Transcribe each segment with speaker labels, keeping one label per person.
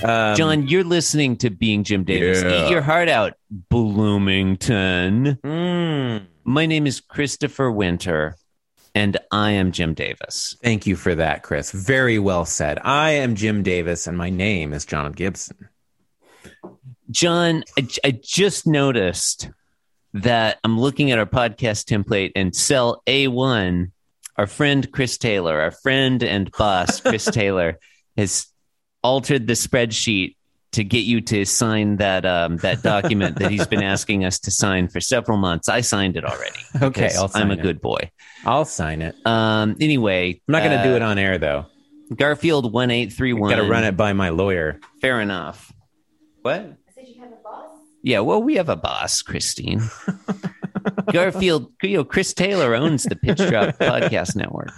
Speaker 1: Um,
Speaker 2: John, you're listening to Being Jim Davis.
Speaker 1: Yeah.
Speaker 2: Eat your heart out, Bloomington.
Speaker 1: mm,
Speaker 2: My name is Christopher Winter, and I am Jim Davis.
Speaker 1: thank you for that, Chris. Very well said. I am Jim Davis, and my name is John Gibson.
Speaker 2: John, I, j- I just noticed that I'm looking at our podcast template and cell A1, our friend Chris Taylor, our friend and boss, Chris Taylor, has altered the spreadsheet to get you to sign that um, that document that he's been asking us to sign for several months. I signed it already.
Speaker 1: Okay,
Speaker 2: 'cause
Speaker 1: I'll sign
Speaker 2: I'm a
Speaker 1: it.
Speaker 2: good boy.
Speaker 1: I'll sign it.
Speaker 2: Um, anyway,
Speaker 1: I'm not going to
Speaker 2: uh,
Speaker 1: do it on air though.
Speaker 2: Garfield one eight three
Speaker 1: Got
Speaker 2: one.
Speaker 1: to run it by my lawyer.
Speaker 2: Fair enough. What?
Speaker 3: I said you have a boss?
Speaker 2: Yeah, well, we have a boss, Christine. Garfield, you know, Chris Taylor owns the Pitch Drop Podcast Network.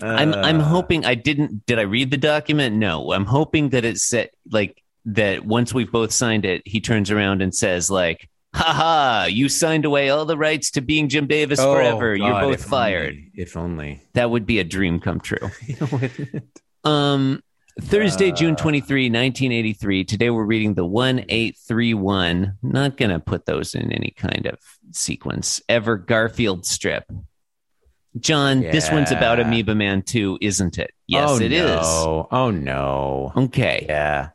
Speaker 2: I'm I'm
Speaker 1: Uh,
Speaker 2: hoping I didn't did I read the document? No. I'm hoping that it said like that once we've both signed it, he turns around and says like, "Ha ha! you signed away all the rights to being Jim Davis
Speaker 1: oh,
Speaker 2: forever.
Speaker 1: God,
Speaker 2: You're both
Speaker 1: if
Speaker 2: fired."
Speaker 1: only- if only. Oh,
Speaker 2: That would be a dream come true. Um,
Speaker 1: Uh,
Speaker 2: Thursday, June 23, 1983. Today we're reading the 1831. Not going to put those in any kind of sequence. Ever Garfield strip. John, this one's about
Speaker 1: Yeah.
Speaker 2: Amoeba Man 2, isn't it? Yes,
Speaker 1: oh,
Speaker 2: it is.
Speaker 1: no. Oh no.
Speaker 2: Okay.
Speaker 1: Yeah.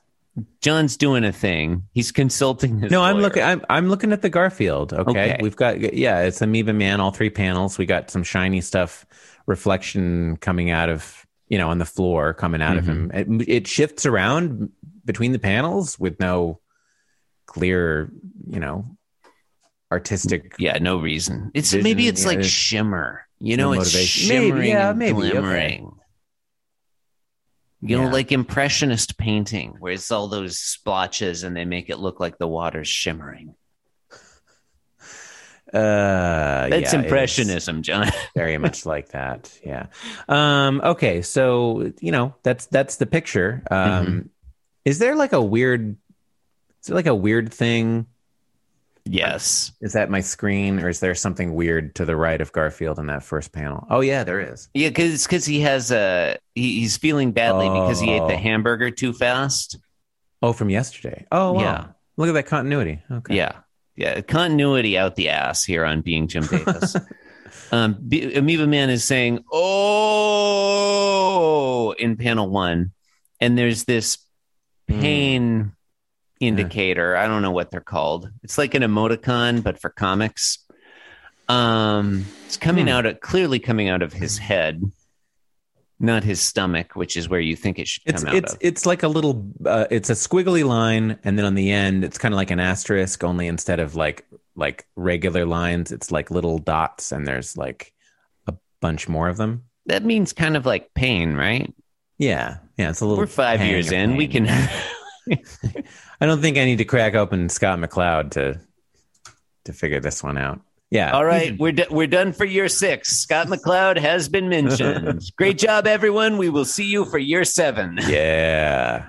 Speaker 2: John's doing a thing. He's consulting his
Speaker 1: No, I'm
Speaker 2: lawyer.
Speaker 1: looking. I'm I'm looking at the Garfield. Okay?
Speaker 2: Okay.
Speaker 1: we've got yeah, it's Amoeba Man. All three panels. We got some shiny stuff, reflection coming out of you know on the floor coming out of him.
Speaker 2: Mm-hmm.
Speaker 1: It, it shifts around between the panels with no clear, you know, artistic.
Speaker 2: Yeah, no reason. It's
Speaker 1: Vision,
Speaker 2: maybe it's
Speaker 1: yeah,
Speaker 2: like
Speaker 1: it's-
Speaker 2: shimmer. You
Speaker 1: no
Speaker 2: know, it's
Speaker 1: motivation.
Speaker 2: shimmering,
Speaker 1: Maybe, yeah,
Speaker 2: and
Speaker 1: maybe, okay.
Speaker 2: glimmering. You know,
Speaker 1: Yeah.
Speaker 2: like impressionist painting, where it's all those splotches and they make it look like the water's shimmering.
Speaker 1: Uh,
Speaker 2: That's
Speaker 1: yeah, it is
Speaker 2: impressionism, John.
Speaker 1: very much like that. Yeah. Um, okay, so you know that's that's the picture. Um,
Speaker 2: Mm-hmm.
Speaker 1: Is there like a weird? Is there like a weird thing?
Speaker 2: yes.
Speaker 1: Is that my screen, or is there something weird to the right of Garfield in that first panel? Oh yeah, there is.
Speaker 2: Yeah, because he has a he, he's feeling badly because he ate the
Speaker 1: Oh.
Speaker 2: hamburger too fast.
Speaker 1: Oh, from yesterday. Oh wow.
Speaker 2: Yeah.
Speaker 1: Look at that continuity. Okay.
Speaker 2: Yeah. Yeah. Continuity out the ass here on Being Jim Davis. um, B- Amoeba Man is saying, oh, in panel one. And there's this
Speaker 1: Hmm.
Speaker 2: pain indicator. I don't know what they're called. It's like an emoticon, but for comics. Um, it's coming
Speaker 1: Hmm.
Speaker 2: out, of, clearly coming out of his head, not his stomach, which is where you think it should come
Speaker 1: It's
Speaker 2: out
Speaker 1: it's
Speaker 2: of.
Speaker 1: it's like a little. Uh, it's a squiggly line, and then on the end, it's kind of like an asterisk. Only instead of like like regular lines, it's like little dots, and there's like a bunch more of them.
Speaker 2: That means kind of like pain, right?
Speaker 1: Yeah, yeah, it's a little.
Speaker 2: We're five
Speaker 1: pang
Speaker 2: years
Speaker 1: of
Speaker 2: in. We
Speaker 1: pain.
Speaker 2: can.
Speaker 1: I don't think I need to crack open Scott McCloud to to figure this one out. Yeah.
Speaker 2: All right, we're do- we're done for year six. Scott McCloud has been mentioned. Great job, everyone. We will see you for year seven.
Speaker 1: Uh, Yeah.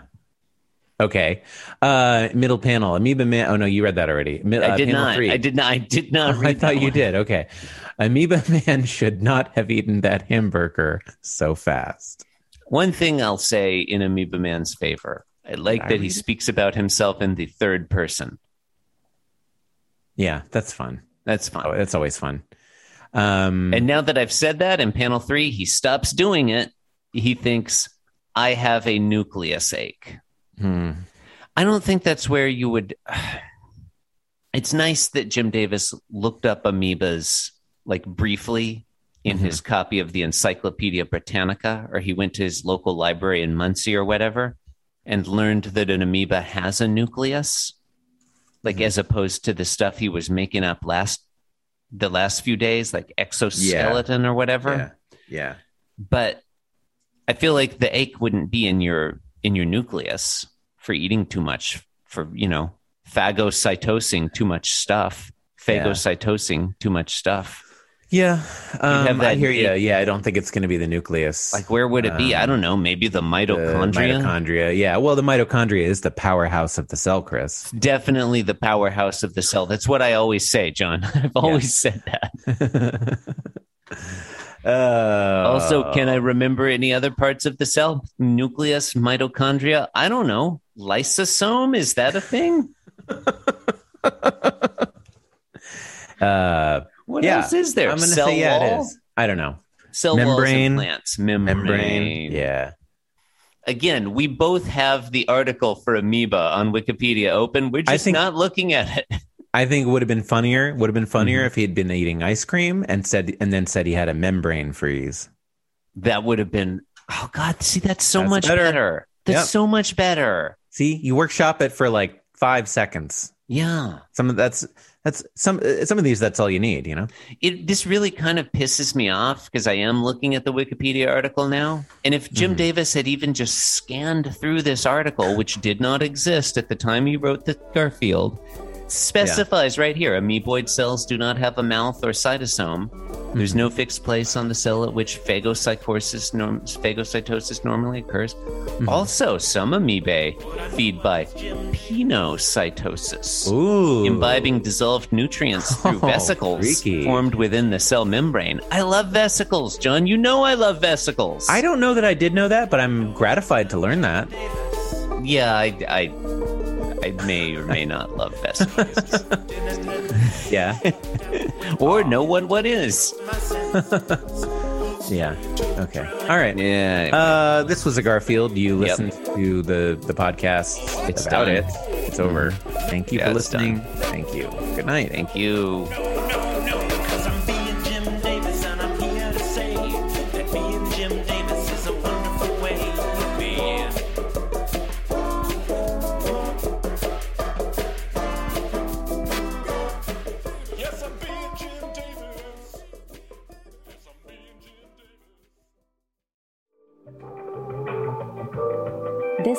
Speaker 1: Okay. Uh, middle panel, Amoeba Man. Oh no, you read that already. Mid-
Speaker 2: I
Speaker 1: uh,
Speaker 2: did
Speaker 1: panel
Speaker 2: not.
Speaker 1: Three.
Speaker 2: I did not. I did
Speaker 1: Oh,
Speaker 2: not. Read
Speaker 1: I thought
Speaker 2: that
Speaker 1: you
Speaker 2: one.
Speaker 1: did. Okay. Amoeba Man should not have eaten that hamburger so fast.
Speaker 2: One thing I'll say in Amoeba Man's favor. I like
Speaker 1: I
Speaker 2: that he
Speaker 1: read it?
Speaker 2: speaks about himself in the third person.
Speaker 1: Yeah, that's fun.
Speaker 2: That's fine.
Speaker 1: Oh, that's always fun. Um,
Speaker 2: And now that I've said that in panel three, he stops doing it. He thinks, I have a nucleus ache.
Speaker 1: hmm.
Speaker 2: I don't think that's where you would. It's nice that Jim Davis looked up amoebas like briefly in
Speaker 1: Mhm.
Speaker 2: his copy of the Encyclopedia Britannica, or he went to his local library in Muncie or whatever and learned that an amoeba has a nucleus, like
Speaker 1: Mm-hmm.
Speaker 2: as opposed to the stuff he was making up last the last few days, like exoskeleton or whatever
Speaker 1: yeah, yeah.
Speaker 2: but I feel like the ache wouldn't be in your in your nucleus for eating too much for you know phagocytosing too much stuff
Speaker 1: Yeah.
Speaker 2: phagocytosing too much stuff
Speaker 1: Yeah,
Speaker 2: have
Speaker 1: um, I
Speaker 2: that
Speaker 1: hear
Speaker 2: eight-
Speaker 1: you. Yeah, I don't think it's going to be the nucleus.
Speaker 2: like where would it be I
Speaker 1: Um,
Speaker 2: don't know maybe the
Speaker 1: the
Speaker 2: mitochondria
Speaker 1: mitochondria. Yeah, well, the mitochondria is the powerhouse of the cell, Chris.
Speaker 2: definitely the powerhouse of the cell that's what I always say John I've always said that
Speaker 1: um, Uh,
Speaker 2: Also, can I remember any other parts of the cell? Nucleus, mitochondria? I don't know. Lysosome? Is that a thing?
Speaker 1: Uh,
Speaker 2: What
Speaker 1: Yeah.
Speaker 2: else is there?
Speaker 1: I'm gonna
Speaker 2: cell
Speaker 1: say yeah, it
Speaker 2: wall?
Speaker 1: is. I don't know.
Speaker 2: Cell walls
Speaker 1: Membrane.
Speaker 2: in plants. Membrane.
Speaker 1: Membrane. Yeah.
Speaker 2: Again, we both have the article for amoeba on Wikipedia open. We're
Speaker 1: I
Speaker 2: just
Speaker 1: think-
Speaker 2: not looking at it.
Speaker 1: I think it would have been funnier. Would have been funnier if he had been eating ice cream and said, and then said he had a membrane freeze.
Speaker 2: That would have been, oh God, see, that's so
Speaker 1: That's
Speaker 2: much
Speaker 1: better.
Speaker 2: better. That's
Speaker 1: Yep.
Speaker 2: so much better.
Speaker 1: See, you workshop it for like five seconds.
Speaker 2: Yeah.
Speaker 1: Some of that's that's some uh, some of these. That's all you need. You know.
Speaker 2: it this really kind of pisses me off because I am looking at the Wikipedia article now. And if Jim
Speaker 1: Mhm.
Speaker 2: Davis had even just scanned through this article, which did not exist at the time he wrote the Garfield, specifies right here amoeboid cells do not have a mouth or cytosome. There's no fixed place on the cell at which phagocytosis, norm- phagocytosis normally occurs. Also, some amoebae feed by pinocytosis
Speaker 1: Ooh.
Speaker 2: imbibing dissolved nutrients through
Speaker 1: Oh,
Speaker 2: vesicles
Speaker 1: freaky.
Speaker 2: formed within the cell membrane. I love vesicles, John. You know I love vesicles.
Speaker 1: I don't know that I did know that, but I'm gratified to learn that.
Speaker 2: Yeah, I, I, I may or may not love vesicles,
Speaker 1: Yeah.
Speaker 2: or no one what is.
Speaker 1: yeah. Okay. All right.
Speaker 2: Yeah.
Speaker 1: Uh, this was a Garfield. You
Speaker 2: Yep.
Speaker 1: listened to the the podcast.
Speaker 2: It's
Speaker 1: about
Speaker 2: done.
Speaker 1: it. It's over. Thank you
Speaker 2: Yeah,
Speaker 1: for
Speaker 2: it's
Speaker 1: listening. Thank you. Good night.
Speaker 2: Thank you.
Speaker 3: Cause I'm being Jim Davis and I'm here to say that being Jim Davis is a wonderful way to be. Yes, I'm being Jim Davis. Yes, I'm being Jim Davis.
Speaker 4: This